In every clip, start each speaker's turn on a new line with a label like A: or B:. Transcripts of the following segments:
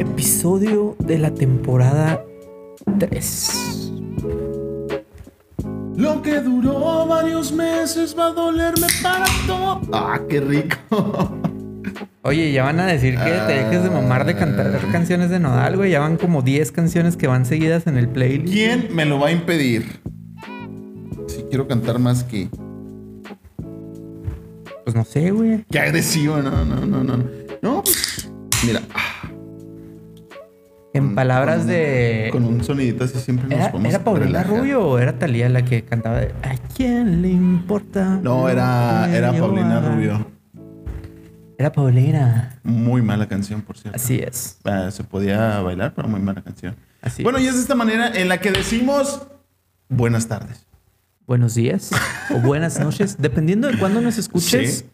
A: episodio de la temporada 3.
B: Lo que duró varios meses va a dolerme para todo. Ah, qué rico.
A: Oye, ya van a decir que te dejes de mamar de cantar
B: Ah.
A: canciones de Nodal, güey. Ya van como 10 canciones que van seguidas en el playlist.
B: ¿Quién me lo va a impedir? Si quiero cantar más que.
A: Pues no sé, güey.
B: Qué agresivo, no, no, no, no. No, pues, Mira, ah,
A: En palabras de.
B: con un sonidito así siempre nos
A: ¿Era,
B: podemos
A: era Paulina
B: relajar.
A: Rubio o era Talía la que cantaba de ¿A quién le importa?
B: No, era,
A: lo que
B: era
A: yo
B: Paulina
A: haga"?
B: Rubio.
A: Era Paulina.
B: Muy mala canción, por cierto.
A: Así es.
B: Ah, se podía bailar, pero muy mala canción.
A: Así
B: bueno,
A: es.
B: y es de esta manera en la que decimos buenas tardes.
A: Buenos días o buenas noches. Dependiendo de cuándo nos escuches,
B: Sí.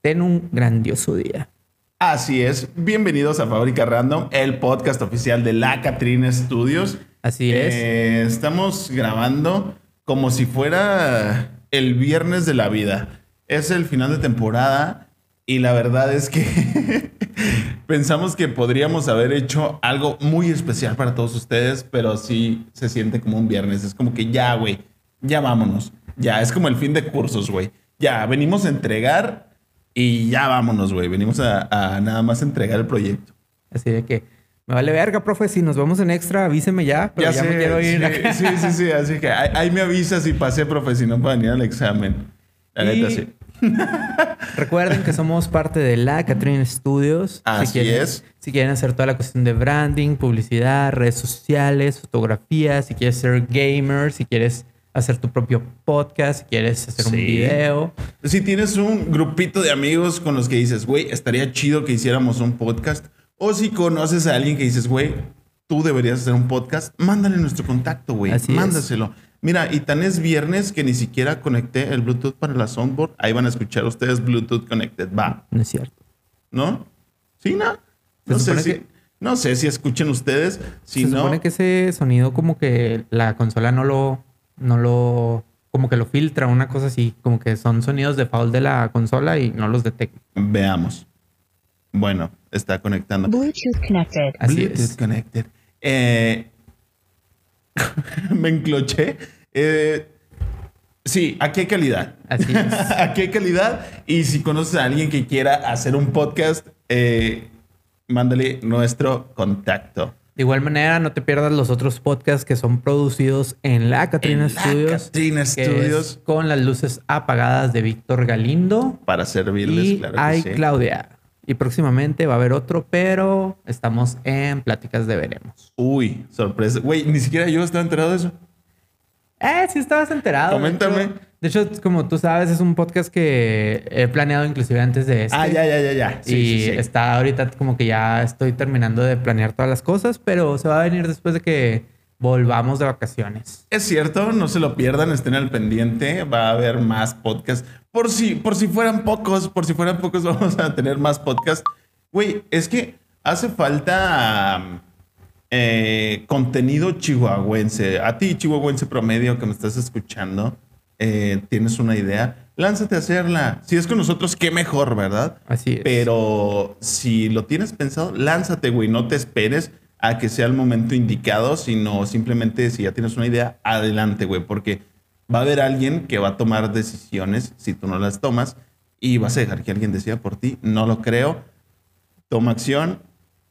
A: ten un grandioso día.
B: Así es, bienvenidos a Fábrica Random, el podcast oficial de la Catrina Studios.
A: Así es.
B: Eh, estamos grabando como si fuera el viernes de la vida. Es el final de temporada y la verdad es que pensamos que podríamos haber hecho algo muy especial para todos ustedes, pero sí se siente como un viernes. Es como que ya, güey, ya vámonos. Ya, es como el fin de cursos, güey. Ya, venimos a entregar y ya vámonos, güey. Venimos a, a nada más entregar el proyecto.
A: Así de que me vale verga, profe. Si nos vamos en extra, avíseme ya. Pero ya, me
B: sé,
A: quiero ir
B: sí,
A: acá.
B: Sí, sí, sí. Así que ahí, ahí me avisas si pasé, profe, si no para venir al examen. La neta,
A: Y-
B: sí.
A: Recuerden que somos parte de la Catherine Studios.
B: Así
A: quieren,
B: es.
A: Si quieren hacer toda la cuestión de branding, publicidad, redes sociales, fotografía, si quieres ser gamer, si quieres hacer tu propio podcast, si quieres hacer un
B: Sí.
A: video.
B: Si tienes un grupito de amigos con los que dices, güey, estaría chido que hiciéramos un podcast. O si conoces a alguien que dices, güey, tú deberías hacer un podcast, mándale nuestro contacto, güey.
A: Así es.
B: Mándaselo. Mira, y tan es viernes que ni siquiera conecté el Bluetooth para la soundboard. Ahí van a escuchar ustedes Bluetooth Connected. Va.
A: No es cierto.
B: ¿No? Sí, no.
A: Se
B: No sé,
A: supone
B: si,
A: que-
B: no sé si escuchen ustedes. Si
A: Se
B: no,
A: supone que ese sonido como que la consola no lo, no lo, como que lo filtra, una cosa así, como que son sonidos de foul de la consola y no los detecta.
B: veamos. Bueno, está conectando.
C: Bluetooth connected.
A: Así
B: Bluetooth
A: es.
B: connected. Eh, me encloché. Eh, sí, aquí hay calidad.
A: Así es.
B: aquí hay calidad. Y si conoces a alguien que quiera hacer un podcast, eh, mándale nuestro contacto.
A: De igual manera, no te pierdas los otros podcasts que son producidos en la Catrina
B: En la
A: Studios.
B: Catrina
A: que es
B: Studios.
A: con las luces apagadas de Víctor Galindo
B: Para servirles,
A: y
B: claro
A: ay
B: que sí.
A: Claudia. Y próximamente va a haber otro, pero estamos en pláticas de veremos.
B: Uy, sorpresa. Güey, ni siquiera yo estaba enterado de eso.
A: Eh, sí estabas enterado.
B: Coméntame.
A: De hecho, de hecho, como tú sabes, es un podcast que he planeado inclusive antes de este.
B: Ah, ya, ya, ya, ya. Sí,
A: y
B: sí, sí.
A: está ahorita como que ya estoy terminando de planear todas las cosas, pero se va a venir después de que volvamos de vacaciones.
B: Es cierto, no se lo pierdan, estén al pendiente, va a haber más podcasts. Por si, por si fueran pocos, por si fueran pocos, vamos a tener más podcasts. Güey, es que hace falta eh, contenido chihuahuense. A ti, chihuahuense promedio que me estás escuchando, eh, tienes una idea, lánzate a hacerla. Si es con nosotros, qué mejor, ¿verdad?
A: Así es.
B: Pero si lo tienes pensado, lánzate, güey. No te esperes a que sea el momento indicado, sino simplemente si ya tienes una idea, adelante, güey. Porque va a haber alguien que va a tomar decisiones si tú no las tomas y vas a dejar que alguien decida por ti. No lo creo. Toma acción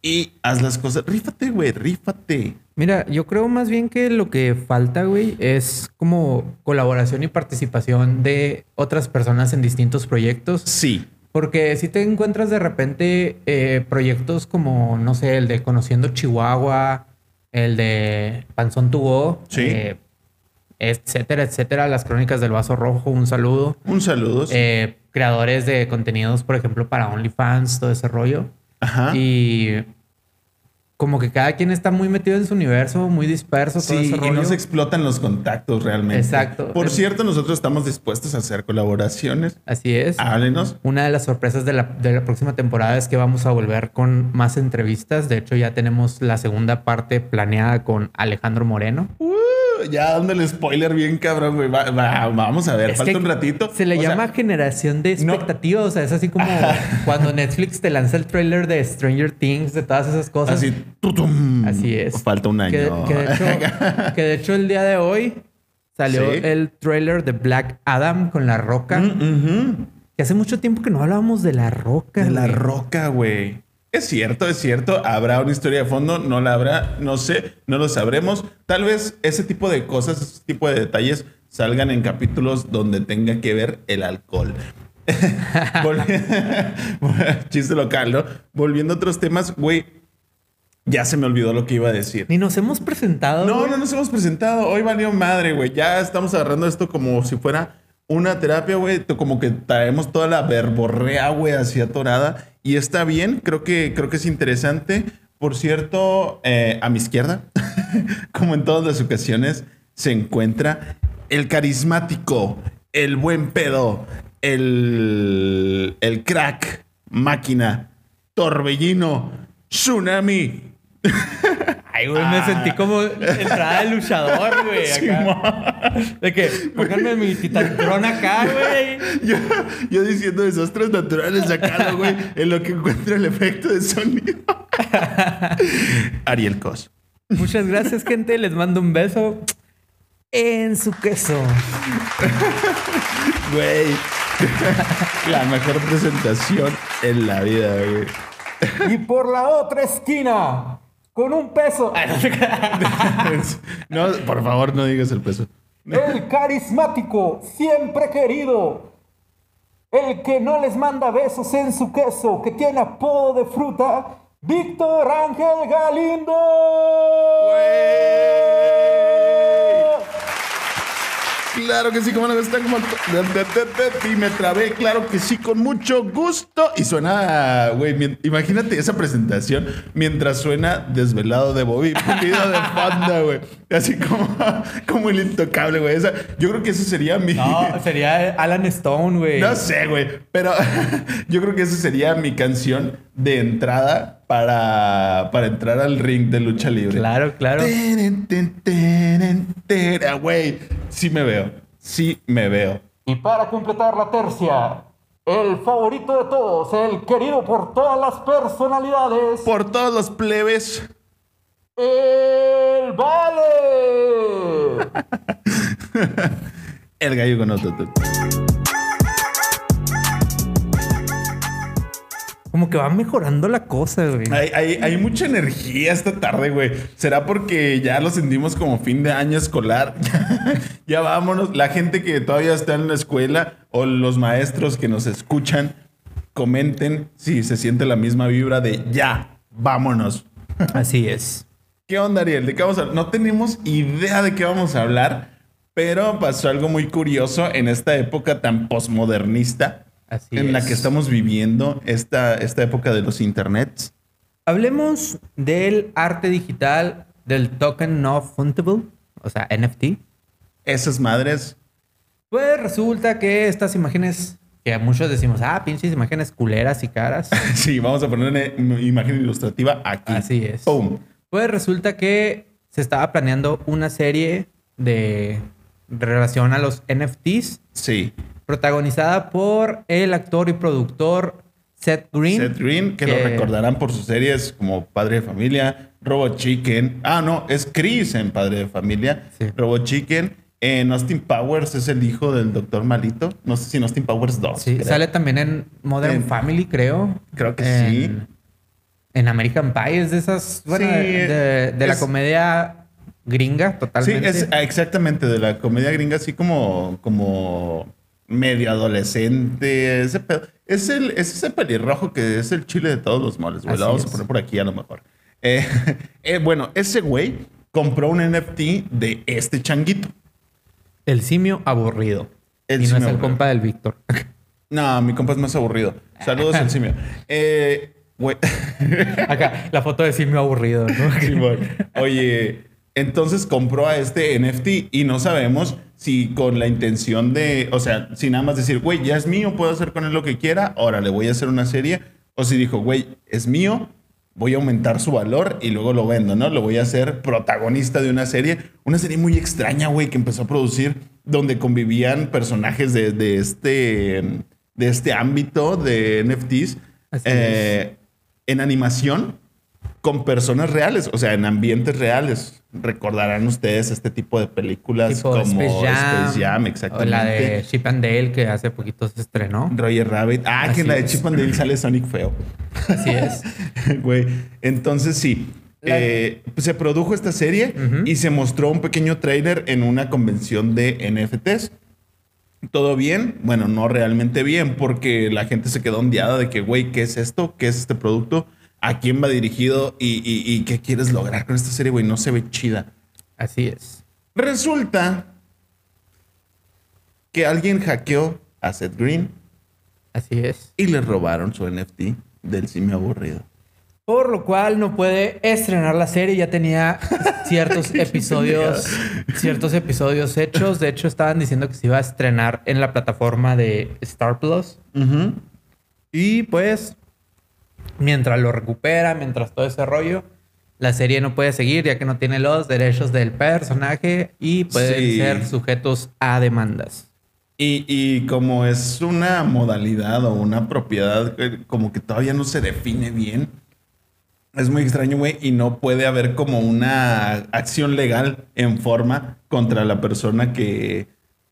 B: y haz las cosas. Rífate, güey, rífate.
A: Mira, yo creo más bien que lo que falta, güey, es como colaboración y participación de otras personas en distintos proyectos.
B: Sí.
A: Porque si te encuentras de repente eh, proyectos como, no sé, el de Conociendo Chihuahua, el de Panzón Tugó,
B: Sí.
A: eh, etcétera, etcétera, las crónicas del vaso rojo, un saludo.
B: Un saludo.
A: Eh, creadores de contenidos, por ejemplo, para OnlyFans, todo ese rollo.
B: Ajá.
A: Y como que cada quien está muy metido en su universo, muy disperso, todo
B: Sí,
A: ese
B: y
A: rollo.
B: no se explotan los contactos realmente.
A: Exacto.
B: Por
A: Em-
B: cierto, nosotros estamos dispuestos a hacer colaboraciones.
A: Así es.
B: Háblenos.
A: Una de las sorpresas de la, de la próxima temporada es que vamos a volver con más
B: Uh,
A: entrevistas. De hecho, ya tenemos la segunda parte planeada con Alejandro Moreno.
B: Ya dando el spoiler bien cabrón, güey. Va- va- vamos a ver,
A: Es
B: falta
A: que
B: un ratito.
A: Se le
B: O sea,
A: llama generación de
B: no-
A: expectativas. O sea, es así como cuando Netflix te lanza el trailer de Stranger Things, de todas esas cosas.
B: así. tutum.
A: Así es.
B: Mm, Falta un año.
A: Que, que de hecho, que de hecho el día de hoy salió
B: Sí. Mm.
A: el trailer de Black Adam con La Roca.
B: Ujú.
A: Que hace mucho tiempo que no hablábamos de La Roca.
B: De la
A: güey.
B: roca, güey. Es cierto, es cierto. Habrá una historia de fondo, no la habrá, no sé, no lo sabremos. Tal vez ese tipo de cosas, ese tipo de detalles salgan en capítulos donde tenga que ver el alcohol. Volvi- Chiste local, ¿no? Volviendo a otros temas, güey, ya se me olvidó lo que iba a decir.
A: Ni nos hemos presentado.
B: No,
A: güey.
B: no nos hemos presentado. Hoy valió madre, güey. Ya estamos agarrando esto como si fuera una terapia, güey. T- Como que traemos toda la verborrea, güey, hacia atorada. Y está bien. Creo que, creo que es interesante. Por cierto, eh, a mi izquierda, como en todas las ocasiones, se encuentra el carismático, el buen pedo, el, el crack, máquina, torbellino, tsunami,
A: Ay, güey,
B: Ah.
A: me sentí como entrada de luchador, güey. acá. de que pónganme mi titantrón acá, güey.
B: Yo, yo diciendo desastres naturales acá, ¿no, güey, en lo que encuentro el efecto de sonido. Ariel Cos.
A: Muchas gracias, gente. Les mando un beso en su queso.
B: Güey. La mejor presentación en la vida, güey.
A: Y por la otra esquina, con un peso.
B: No, por favor, no digas el peso.
A: El carismático, siempre querido. El que no les manda besos en su queso, que tiene apodo de fruta, Víctor Ángel Galindo.
B: Claro que sí, como no está como. Y me trabé, claro que sí, con mucho gusto. Y suena, güey, mien- imagínate esa presentación mientras suena Desvelado de Bobby, pulido de fondo, güey. Así como, como el intocable, güey. Esa- Yo creo que eso sería mi.
A: No, sería Alan Stone, güey.
B: No sé, güey. Pero yo creo que esa sería mi canción de entrada para, para entrar al ring de lucha libre.
A: Claro, claro.
B: Teren, ten, teren, tera, Ah, güey. Sí me veo. Sí me veo.
A: Y para completar la tercia, el favorito de todos, el querido por todas las personalidades,
B: Por todos los plebes.
A: el Vale.
B: El gallo con autotune.
A: Como que va mejorando la cosa, güey.
B: Hay, hay, hay mucha energía esta tarde, güey. ¿Será porque ya lo sentimos como fin de año escolar? ya vámonos. La gente que todavía está en la escuela o los maestros que nos escuchan, comenten si se siente la misma vibra de ya, vámonos.
A: Así es.
B: ¿Qué onda, Ariel? ¿De qué vamos a hablar? No tenemos idea de qué vamos a hablar, pero pasó algo muy curioso en esta época tan posmodernista
A: Así
B: en la
A: es.
B: que estamos viviendo, esta, esta época de los internets.
A: Hablemos del arte digital, del token no fungible, o sea, NFT.
B: Esas madres.
A: Pues resulta que estas imágenes que muchos decimos, ah, pinches imágenes culeras y caras.
B: Sí, vamos a poner una im- imagen ilustrativa aquí.
A: Así es.
B: ¡Pum!
A: Pues resulta que se estaba planeando una serie de relación a los NFTs,
B: Sí.
A: protagonizada por el actor y productor Seth Green.
B: Seth Green, que lo
A: que-
B: recordarán por sus series como Padre de Familia, Robo Chicken. Ah, no, es Chris en Padre de Familia.
A: Sí.
B: Robo Chicken. En Austin Powers es el hijo del doctor malito. No sé si en Austin Powers 2.
A: Sí,
B: creo.
A: sale también en Modern
B: En-
A: Family, creo.
B: Creo que
A: En-
B: sí.
A: En American Pie, es de esas. Bueno,
B: Sí,
A: de, de- de
B: es-
A: la comedia gringa,
B: Sí,
A: totalmente.
B: es ah, exactamente de la comedia gringa, así como, como medio adolescente. Ese pedo. Es, el, es ese pelirrojo que es el chile de todos los moles, güey. Lo
A: Así
B: vamos a
A: es.
B: poner por aquí a lo mejor. Eh, eh, bueno, ese güey compró un NFT de este changuito.
A: El simio aburrido.
B: El
A: y no
B: simio
A: es el
B: aburrido.
A: compa del Víctor.
B: No, mi compa es más aburrido. Saludos al simio. Eh, güey.
A: Acá, la foto de simio aburrido, ¿no?
B: Simón. Oye, entonces compró a este NFT y no sabemos si con la intención de, o sea, si nada más decir, güey, ya es mío, puedo hacer con él lo que quiera, ahora le voy a hacer una serie, o si dijo, güey, es mío, voy a aumentar su valor y luego lo vendo, ¿no? Lo voy a hacer protagonista de una serie, una serie muy extraña, güey, que empezó a producir donde convivían personajes de, de este, de este ámbito de NFTs
A: Así
B: eh, en animación con personas reales, o sea, en ambientes reales. Recordarán ustedes este tipo de películas
A: Tipo
B: como
A: Space Jam.
B: Space Jam,
A: O
B: exactamente.
A: la de Chip and Dale, que hace poquito se estrenó.
B: Roger Rabbit. Ah, que
A: Así
B: en la de
A: es.
B: Chip and Dale sale Sonic feo.
A: Así es.
B: Güey, entonces sí. eh, pues, se produjo esta serie
A: Ujú.
B: y se mostró un pequeño trailer en una convención de NFTs. ¿Todo bien? Bueno, no realmente bien, porque la gente se quedó ondeada de que, güey, ¿qué es esto? ¿Qué es este producto? ¿A quién va dirigido? ¿Y, y- y qué quieres lograr con esta serie, güey? No se ve chida.
A: Así es.
B: Resulta que alguien hackeó a Seth Green
A: Así es.
B: y le robaron su NFT del simio aburrido.
A: Por lo cual no puede estrenar la serie. Ya tenía ciertos episodios, ciertos episodios hechos. De hecho, estaban diciendo que se iba a estrenar en la plataforma de Star Plus. Y pues, mientras lo recupera, mientras todo ese rollo, la serie no puede seguir ya que no tiene los derechos del personaje y pueden
B: Sí.
A: ser sujetos a demandas.
B: Y, y como es una modalidad o una propiedad eh, como que todavía no se define bien, es muy extraño, güey, y no puede haber como una acción legal en forma contra la persona que,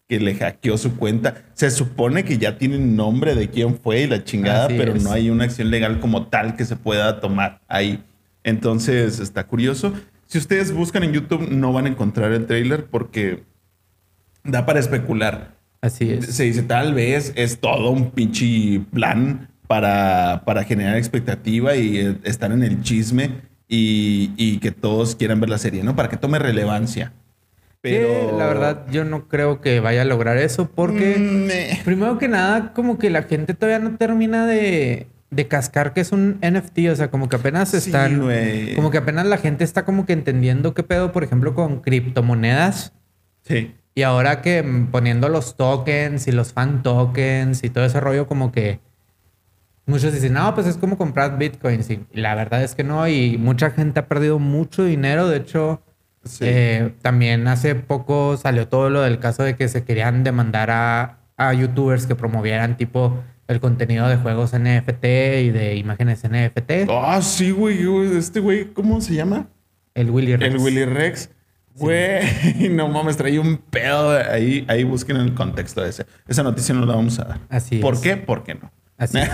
B: que le hackeó su cuenta. Se supone que ya tienen nombre de quién fue y la chingada,
A: Así
B: pero
A: es.
B: no hay una acción legal como tal que se pueda tomar ahí. Entonces está curioso. Si ustedes buscan en YouTube no van a encontrar el trailer porque da para especular
A: Así es.
B: se dice tal vez es todo un pinche plan para, para generar expectativa y eh, estar en el chisme y, y que todos quieran ver la serie, ¿no? Para que tome relevancia. Pero
A: Que, la verdad, yo no creo que vaya a lograr eso porque...
B: Mm, eh.
A: Primero que nada, como que la gente todavía no termina de, de cascar que es un NFT. O sea, como que apenas
B: Sí,
A: están.
B: güey.
A: como que apenas la gente está como que entendiendo qué pedo, por ejemplo, con criptomonedas.
B: Sí.
A: Y ahora que mm, poniendo los tokens y los fan tokens y todo ese rollo, como que muchos dicen, no, pues es como comprar bitcoins. Y la verdad es que no. Y mucha gente ha perdido mucho dinero. De hecho,
B: Sí.
A: eh, también hace poco salió todo lo del caso de que se querían demandar a, a youtubers que promovieran tipo el contenido de juegos NFT y de imágenes NFT.
B: Ah, sí, güey. güey, Este güey, ¿cómo se llama?
A: El Willy Rex.
B: El Willy Rex. Güey, no mames, traía un pedo. Ahí, ahí busquen el contexto de ese. Esa noticia no la vamos a dar.
A: Así
B: ¿Por
A: es.
B: qué? ¿Por qué no?
A: Así es.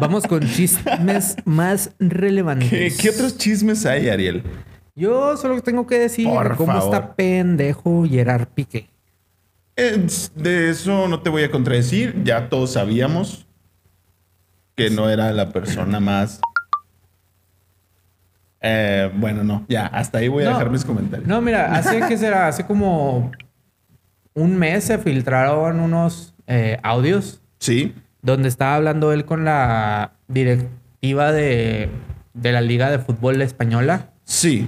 A: Vamos con chismes más relevantes.
B: ¿Qué, ¿Qué otros chismes hay, Ariel?
A: Yo solo tengo que decir
B: Por
A: cómo
B: favor.
A: está pendejo Gerard Piqué.
B: Eh, De eso no te voy a contradecir. Ya todos sabíamos que no era la persona más. Eh, bueno, no. Ya, hasta ahí voy a
A: No.
B: dejar mis comentarios.
A: No, mira, hace que será, hace como un mes se filtraron unos eh, audios
B: Sí.
A: donde estaba hablando él con la directiva de, de la Liga de Fútbol Española,
B: Sí.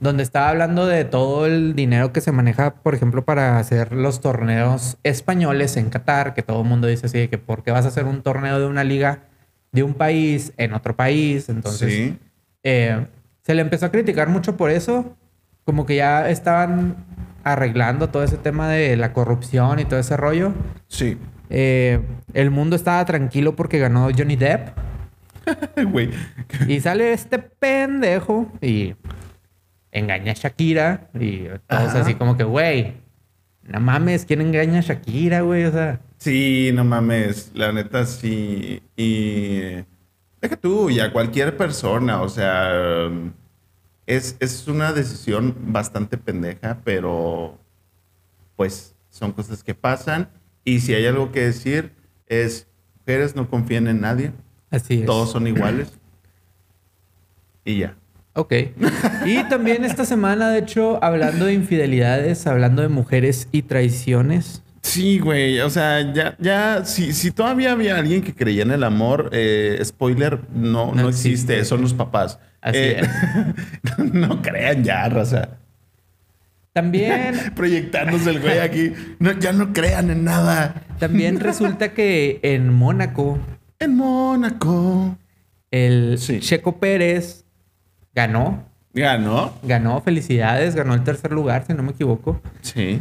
A: donde estaba hablando de todo el dinero que se maneja, por ejemplo, para hacer los torneos españoles en Qatar, que todo el mundo dice así, de que ¿por qué vas a hacer un torneo de una liga de un país en otro país? Entonces,
B: sí.
A: eh, se le empezó a criticar mucho por eso, como que ya estaban arreglando todo ese tema de la corrupción y todo ese rollo.
B: Sí.
A: Eh, el mundo estaba tranquilo porque ganó Johnny Depp.
B: Güey.
A: Y sale este pendejo y engaña a Shakira. Y todos
B: Ajá.
A: así como que, güey, no mames, ¿quién engaña a Shakira, güey? O sea,
B: Sí, no mames. La neta, sí. Y. Deja tú, ya cualquier persona. O sea. Es, es una decisión bastante pendeja, pero. Pues son cosas que pasan. Y si hay algo que decir, es. Mujeres no confían en nadie.
A: así es.
B: Todos son iguales. Y ya.
A: Ok. Y también esta semana, de hecho, hablando de infidelidades, hablando de mujeres y traiciones.
B: Sí, güey. O sea, ya, ya, si, si todavía había alguien que creía en el amor, eh, spoiler, no, no,
A: No
B: existe,
A: existe.
B: son los papás.
A: Así
B: es. no crean ya, raza.
A: También
B: Proyectándose el güey aquí. No, ya no crean en nada.
A: También resulta que en Mónaco,
B: En Mónaco.
A: el
B: Sí.
A: Checo Pérez ganó,
B: Ganó.
A: ganó, felicidades, ganó el tercer lugar, si no me equivoco.
B: Sí.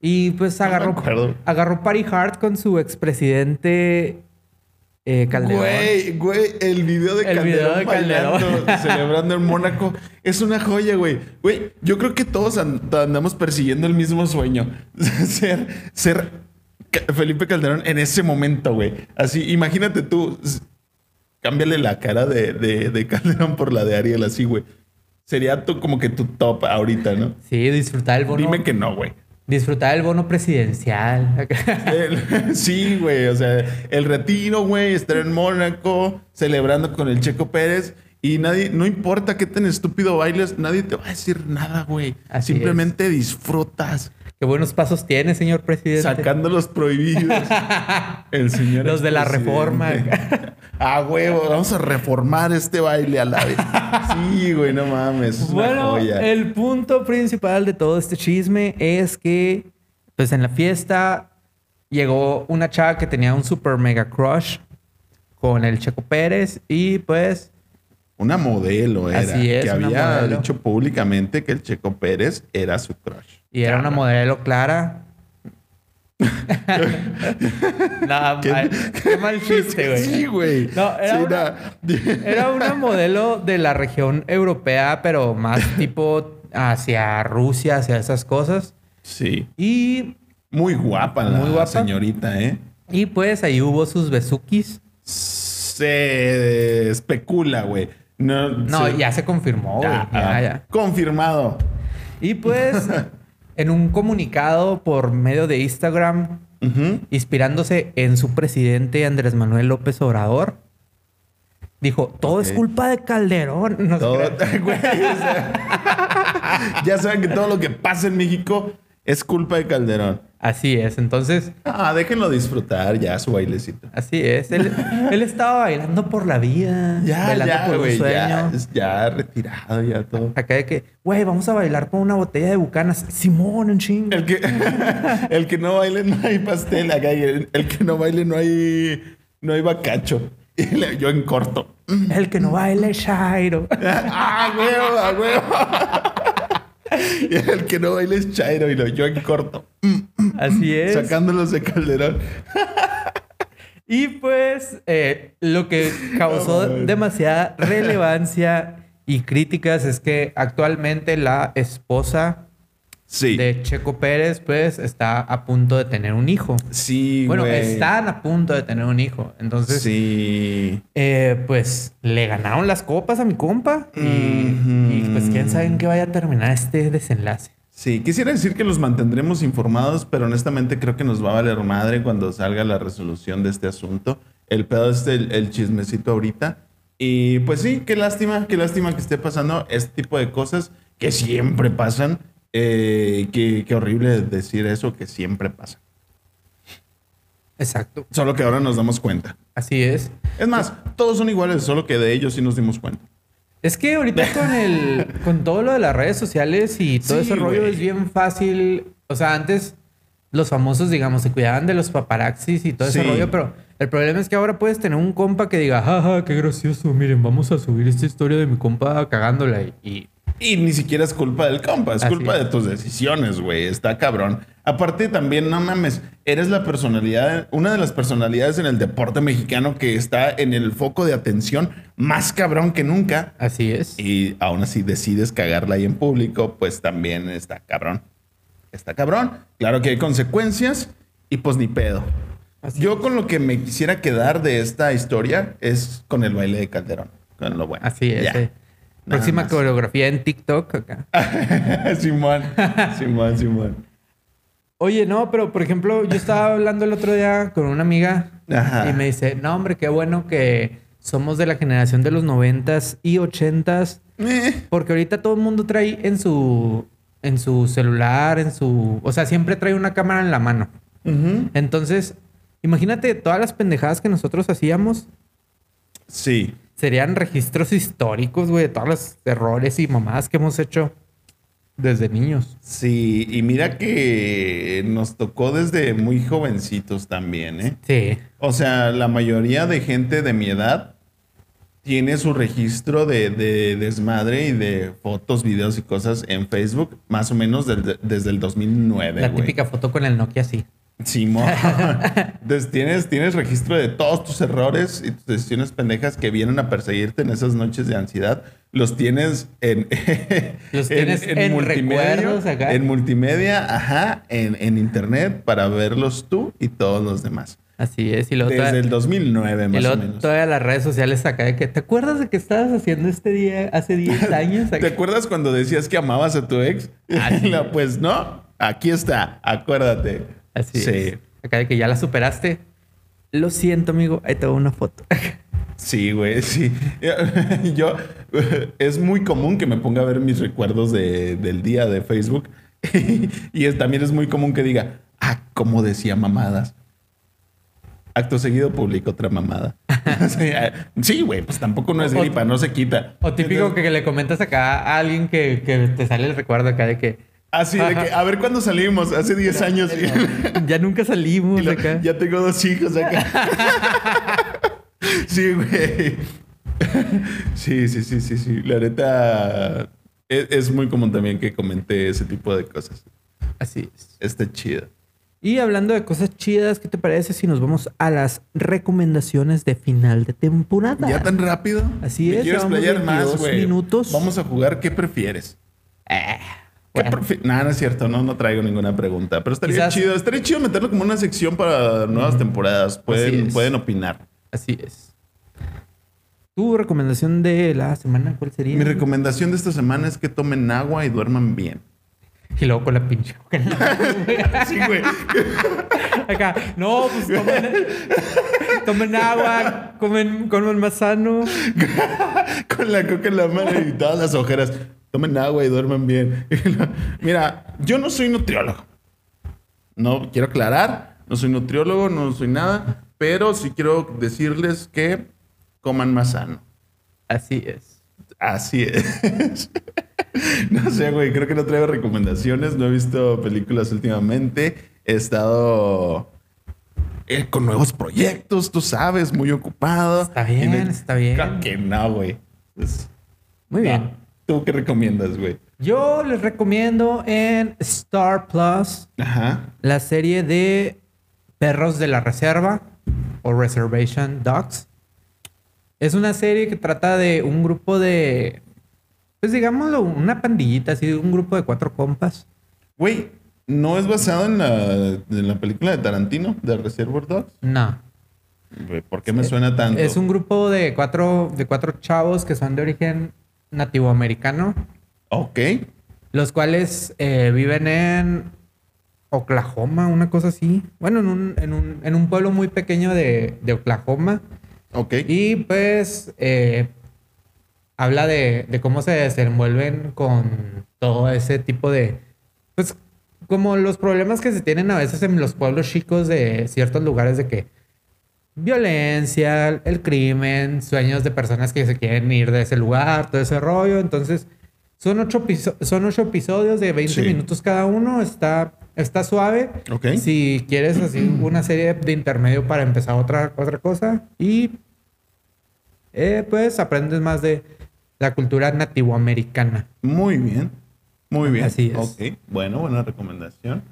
A: Y pues agarró,
B: acuerdo.
A: agarró Party Hard con su expresidente eh, Calderón.
B: Güey, güey, el video de
A: El video
B: Calderón,
A: de Calderón.
B: bailando, celebrando en Mónaco es una joya, güey. Güey, yo creo que todos and- andamos persiguiendo el mismo sueño. ser, ser Ca- Felipe Calderón en ese momento, güey. Así, imagínate tú, s- cámbiale la cara de, de- de Calderón por la de Ariel, así, güey. Sería tu- como que tu top ahorita, ¿no?
A: Sí, disfrutar el bono.
B: Dime que no, güey.
A: Disfrutar el bono presidencial.
B: El- sí, güey, o sea, el retiro, güey, estar en Mónaco, celebrando con el Checo Pérez y nadie, no importa qué tan estúpido bailes, nadie te va a decir nada, güey.
A: Así
B: Simplemente disfrutas
A: Qué buenos pasos tiene, señor presidente.
B: sacando los prohibidos. El señor
A: este. Los de la reforma.
B: presidente. Ah, huevo, vamos a reformar este baile a la vez. Sí, güey, no mames. es una
A: Bueno,
B: joya.
A: el punto principal de todo este chisme es que, pues en la fiesta llegó una chava que tenía un super mega crush con el Checo Pérez y pues
B: Una modelo era
A: Así es,
B: que
A: una
B: había
A: modelo.
B: dicho públicamente que el Checo Pérez era su crush.
A: y era una modelo clara. Nada,
B: ¿Qué?
A: mal- qué mal chiste, güey.
B: Sí, güey.
A: No, era
B: Sí,
A: una-
B: era-
A: Era una modelo de la región europea, pero más tipo hacia Rusia, hacia esas cosas.
B: Sí.
A: Y,
B: Muy guapa la
A: Muy guapa.
B: señorita, ¿eh?
A: y pues ahí hubo sus besukis.
B: Se especula, güey. No,
A: No,
B: se-
A: ya se confirmó, güey.
B: Ya,
A: Ya,
B: ah,
A: ya.
B: Confirmado.
A: Y pues, en un comunicado por medio de Instagram,
B: Ujú.
A: inspirándose en su presidente Andrés Manuel López Obrador, dijo: Todo es
B: Ok.
A: culpa de Calderón. No se
B: Todo-
A: crean.
B: güey, o sea, ya saben que todo lo que pasa en México es culpa de Calderón.
A: Así es. Entonces,
B: Ah, déjenlo disfrutar ya su bailecito.
A: así es. Él, él estaba bailando por la vida,
B: Ya,
A: bailando
B: ya,
A: por un
B: güey.
A: sueño.
B: Ya, ya retirado, ya todo.
A: Acá de que, güey, vamos a bailar por una botella de bucanas. Simón, en chingo.
B: El que, el que no baile no hay pastel. Acá hay el, el que no baile no hay, no hay bacacho. Y le- yo en corto.
A: El que no baile, Shairo.
B: ¡Ah, huevo, a huevo! Y el que no baile es Chairo y lo yo en corto.
A: Así es.
B: Sacándolos de Calderón.
A: Y pues eh, lo que causó
B: No mames.
A: demasiada relevancia y críticas es que actualmente la esposa
B: Sí.
A: de Checo Pérez pues está a punto de tener un hijo.
B: Sí,
A: bueno,
B: güey.
A: están a punto de tener un hijo. Entonces,
B: Sí.
A: eh, pues le ganaron las copas a mi compa y,
B: Ujú.
A: y, pues quién sabe en qué vaya a terminar este desenlace.
B: Sí, quisiera decir que los mantendremos informados, pero honestamente creo que nos va a valer madre cuando salga la resolución de este asunto. El pedo es el, el chismecito ahorita. Y pues sí, qué lástima, qué lástima que esté pasando este tipo de cosas que siempre pasan. Eh, qué, qué horrible decir eso, que siempre pasa.
A: Exacto.
B: Solo que ahora nos damos cuenta.
A: Así es.
B: Es más, todos son iguales, solo que de ellos sí nos dimos cuenta.
A: Es que ahorita con el con todo lo de las redes sociales y todo
B: Sí,
A: ese rollo
B: güey.
A: es bien fácil. O sea, antes los famosos, digamos, se cuidaban de los paparaxis y todo
B: Sí.
A: ese rollo, pero el problema es que ahora puedes tener un compa que diga, jaja, qué gracioso, miren, vamos a subir esta historia de mi compa cagándola y- y
B: Y ni siquiera es culpa del compa, es
A: Así
B: culpa
A: es.
B: de tus decisiones, güey. Está cabrón. Aparte también, no mames, eres la personalidad, una de las personalidades en el deporte mexicano que está en el foco de atención más cabrón que nunca.
A: así es.
B: Y aún así decides cagarla ahí en público, pues también está cabrón. Está cabrón. Claro que hay consecuencias y pues ni pedo.
A: Así
B: Yo con lo que me quisiera quedar de esta historia es con el baile de Calderón. Con lo bueno.
A: Así es.
B: Ya.
A: eh.
B: Nada
A: Próxima
B: más.
A: coreografía en TikTok acá.
B: Simón, Simón, Simón.
A: Oye, no, pero por ejemplo, yo estaba hablando el otro día con una amiga
B: Ajá.
A: y me dice, no, hombre, qué bueno que somos de la generación de los noventas y ochentas,
B: Eh,
A: porque ahorita todo el mundo trae en su, en su celular, en su, o sea, siempre trae una cámara en la mano.
B: ujú.
A: Entonces, imagínate todas las pendejadas que nosotros hacíamos.
B: Sí,
A: Serían registros históricos, güey, de todos los errores y mamadas que hemos hecho desde niños.
B: sí. Y mira que nos tocó desde muy jovencitos también, ¿eh?
A: Sí.
B: O sea, la mayoría de gente de mi edad tiene su registro de, de desmadre y de fotos, videos y cosas en Facebook, más o menos del- desde el 2009.
A: La
B: güey.
A: típica foto con el Nokia así.
B: Simón. Entonces tienes, tienes registro de todos tus errores y tus decisiones pendejas que vienen a perseguirte en esas noches de ansiedad. Los tienes en.
A: Los tienes en recuerdos acá.
B: En multimedia, ajá, en, en internet para verlos tú y todos los demás.
A: Así es. Y luego,
B: Desde
A: toda-
B: el 2009,
A: y
B: más o
A: luego
B: menos.
A: todavía las redes sociales acá de que te acuerdas de que estabas haciendo este día hace 10 años.
B: ¿Te acuerdas cuando decías que amabas a tu ex?
A: Ah, sí.
B: No, pues no, aquí está, acuérdate.
A: Así
B: sí,
A: es. Acá de que ya la superaste. Lo siento, amigo. Ahí te va una foto.
B: Sí, güey, sí. Yo, es muy común que me ponga a ver mis recuerdos de- del día de Facebook. Y es- también es muy común que diga, ah, como decía mamadas. Acto seguido publico otra mamada. Sí, ah, Sí, güey, pues tampoco no es
A: O-
B: gripa, no se quita.
A: O típico que le comentas acá a alguien que, que te sale el recuerdo acá de que
B: Así de que, a ver cuándo salimos, hace 10 años.
A: ya nunca
B: Y
A: salimos
B: lo-
A: acá.
B: ya tengo dos hijos acá. sí, güey. Sí, sí, sí, sí, sí. La neta es, es muy común también que comente ese tipo de cosas.
A: Así es.
B: Está chido.
A: Y hablando de cosas chidas, ¿qué te parece si nos vamos a las recomendaciones de final de temporada?
B: ¿Ya tan rápido?
A: Así
B: Me
A: es,
B: Quiero
A: llevamos
B: explayar más,
A: 22
B: güey.
A: minutos.
B: Vamos a jugar ¿Qué prefieres?
A: Eh,
B: ¿Qué
A: bueno,
B: prefi- Nah, no es cierto, no, no traigo ninguna pregunta. Pero estaría
A: Quizás-
B: chido, estaría chido meterlo como una sección para nuevas temporadas. Pueden,
A: es.
B: pueden opinar.
A: así es. ¿Tu recomendación de la semana cuál sería?
B: Mi recomendación de esta semana es que tomen agua y duerman bien.
A: Y luego con la pinche. boca en la mano, güey.
B: Sí, güey.
A: Acá, no, pues tomen, tomen agua, comen, comen más sano.
B: con la coca en la mano y todas las ojeras. Tomen agua y duerman bien. Mira, yo no soy nutriólogo. No quiero aclarar, no soy nutriólogo, no soy nada, pero sí quiero decirles que coman más sano.
A: Así es.
B: Así es. No sé, güey, creo que no traigo recomendaciones, no he visto películas últimamente, he estado eh, con nuevos proyectos, tú sabes, muy ocupado.
A: Está bien,
B: Y
A: está bien.
B: Claro que no, güey. Pues, Es-
A: Muy
B: no.
A: bien.
B: ¿Tú qué recomiendas, güey?
A: Yo les recomiendo en Star Plus
B: Ajá.
A: la serie de Perros de la Reserva o Reservation Dogs. Es una serie que trata de un grupo de, pues digámoslo, una pandillita, así, un grupo de cuatro compas.
B: Güey, ¿no es basado en la, en la película de Tarantino, de Reservoir Dogs?
A: No.
B: Güey, ¿Por qué me suena tanto?
A: Es un grupo de cuatro, de cuatro chavos que son de origen nativo americano,
B: Ok.
A: los cuales eh, viven en Oklahoma, una cosa así. Bueno, en un, en un, en un pueblo muy pequeño de, de Oklahoma.
B: Ok.
A: Y pues eh, habla de, de cómo se desenvuelven con todo ese tipo de... Pues como los problemas que se tienen a veces en los pueblos chicos de ciertos lugares de que violencia, el crimen, sueños de personas que se quieren ir de ese lugar, todo ese rollo. Entonces, son ocho, piso- son ocho episodios de 20
B: Sí.
A: minutos cada uno. Está, está suave.
B: Ok.
A: Si quieres así una serie de intermedio para empezar otra, otra cosa. Y eh, pues aprendes más de la cultura nativoamericana.
B: Muy bien. Muy bien.
A: Así es.
B: Ok. Bueno, buena recomendación.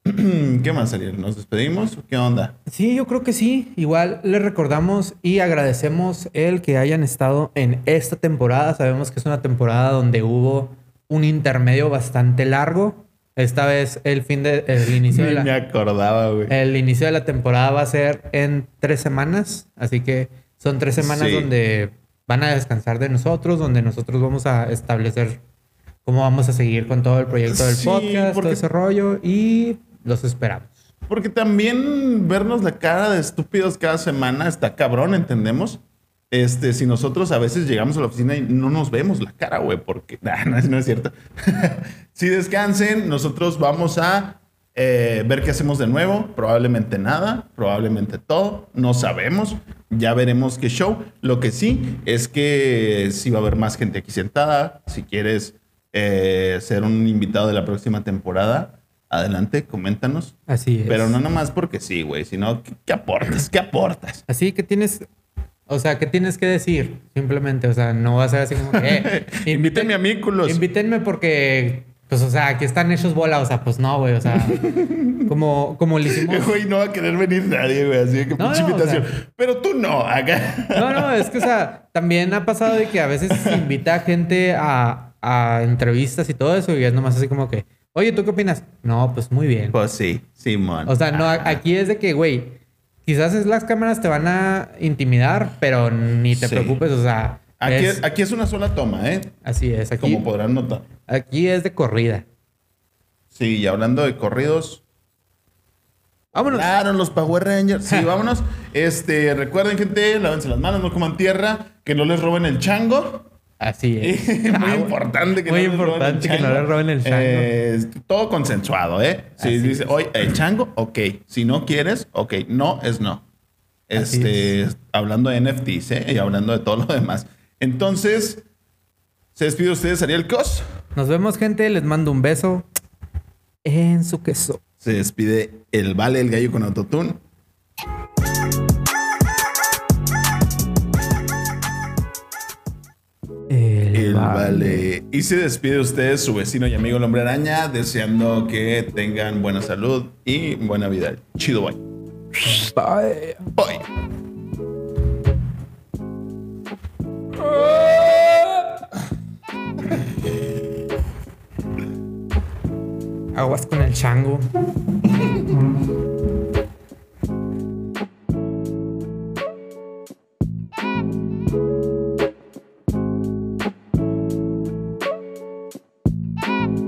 B: ¿Qué más, Ariel? ¿Nos despedimos? ¿Qué onda?
A: Sí, yo creo que sí. Igual les recordamos y agradecemos el que hayan estado en esta temporada. Sabemos que es una temporada donde hubo un intermedio bastante largo. Esta vez el fin de el inicio de
B: Ni
A: la,
B: me acordaba, güey.
A: el inicio de la temporada va a ser en tres semanas, así que son tres semanas
B: Sí.
A: donde van a descansar de nosotros, donde nosotros vamos a establecer cómo vamos a seguir con todo el proyecto del
B: Sí,
A: podcast,
B: porque-
A: todo ese rollo y los esperamos.
B: Porque también vernos la cara de estúpidos cada semana está cabrón, ¿entendemos? Este, si nosotros a veces llegamos a la oficina y no nos vemos la cara, güey, porque nah, no, es, no es cierto. si descansen, nosotros vamos a eh, ver qué hacemos de nuevo. Probablemente nada, probablemente todo, no sabemos. Ya veremos qué show. Lo que sí es que si va a haber más gente aquí sentada. Si quieres eh, ser un invitado de la próxima temporada, adelante, coméntanos.
A: Así es.
B: Pero no nomás porque sí, güey, sino ¿qué, qué aportas? ¿Qué aportas?
A: Así que tienes O sea, ¿qué tienes que decir? Simplemente, o sea, no vas a decir como que... eh,
B: Invítenme a Mículos.
A: Invítenme porque, pues, o sea, aquí están hechos bola. O sea, pues no, güey. O sea, como, como le hicimos...
B: Güey, no va a querer venir nadie, güey. Así que
A: No,
B: pinche
A: no, o
B: invitación. Pero tú no, acá.
A: No, no, es que, o sea, también ha pasado de que a veces se invita a gente a, a entrevistas y todo eso y es nomás así como que, oye, ¿tú qué opinas? No, pues muy bien.
B: Pues sí, Simón.
A: O sea, no, a- aquí es de que, güey, quizás es las cámaras te van a intimidar, pero ni te
B: Sí.
A: preocupes, o sea,
B: Aquí
A: es-
B: es, aquí es una sola toma, ¿eh?
A: así es, aquí,
B: Como podrán notar.
A: aquí es de corrida.
B: Sí, y hablando de corridos.
A: Vámonos.
B: Claro, los Power Rangers. Sí, vámonos. Este, recuerden, gente, lávense las manos, no coman tierra, que no les roben el chango.
A: Así es.
B: muy
A: Ah,
B: importante que
A: muy
B: no les roben el
A: importante que no
B: chango.
A: le roben el chango.
B: Eh, todo consensuado, ¿eh? Si
A: Así
B: dice,
A: es.
B: oye, el chango, ok. Si no quieres, ok. No es no.
A: Así
B: Este, hablando de NFTs, ¿eh? Y hablando de todo lo demás. Entonces, se despide de ustedes, Ariel Cos.
A: Nos vemos, gente. Les mando un beso en su queso.
B: Se despide el Vale, el gallo con autotune. El vale. Y se despide de ustedes su vecino y amigo el hombre araña, deseando que tengan buena salud y buena vida. Chido, bye.
A: Bye.
B: Bye.
A: Aguas con el chango.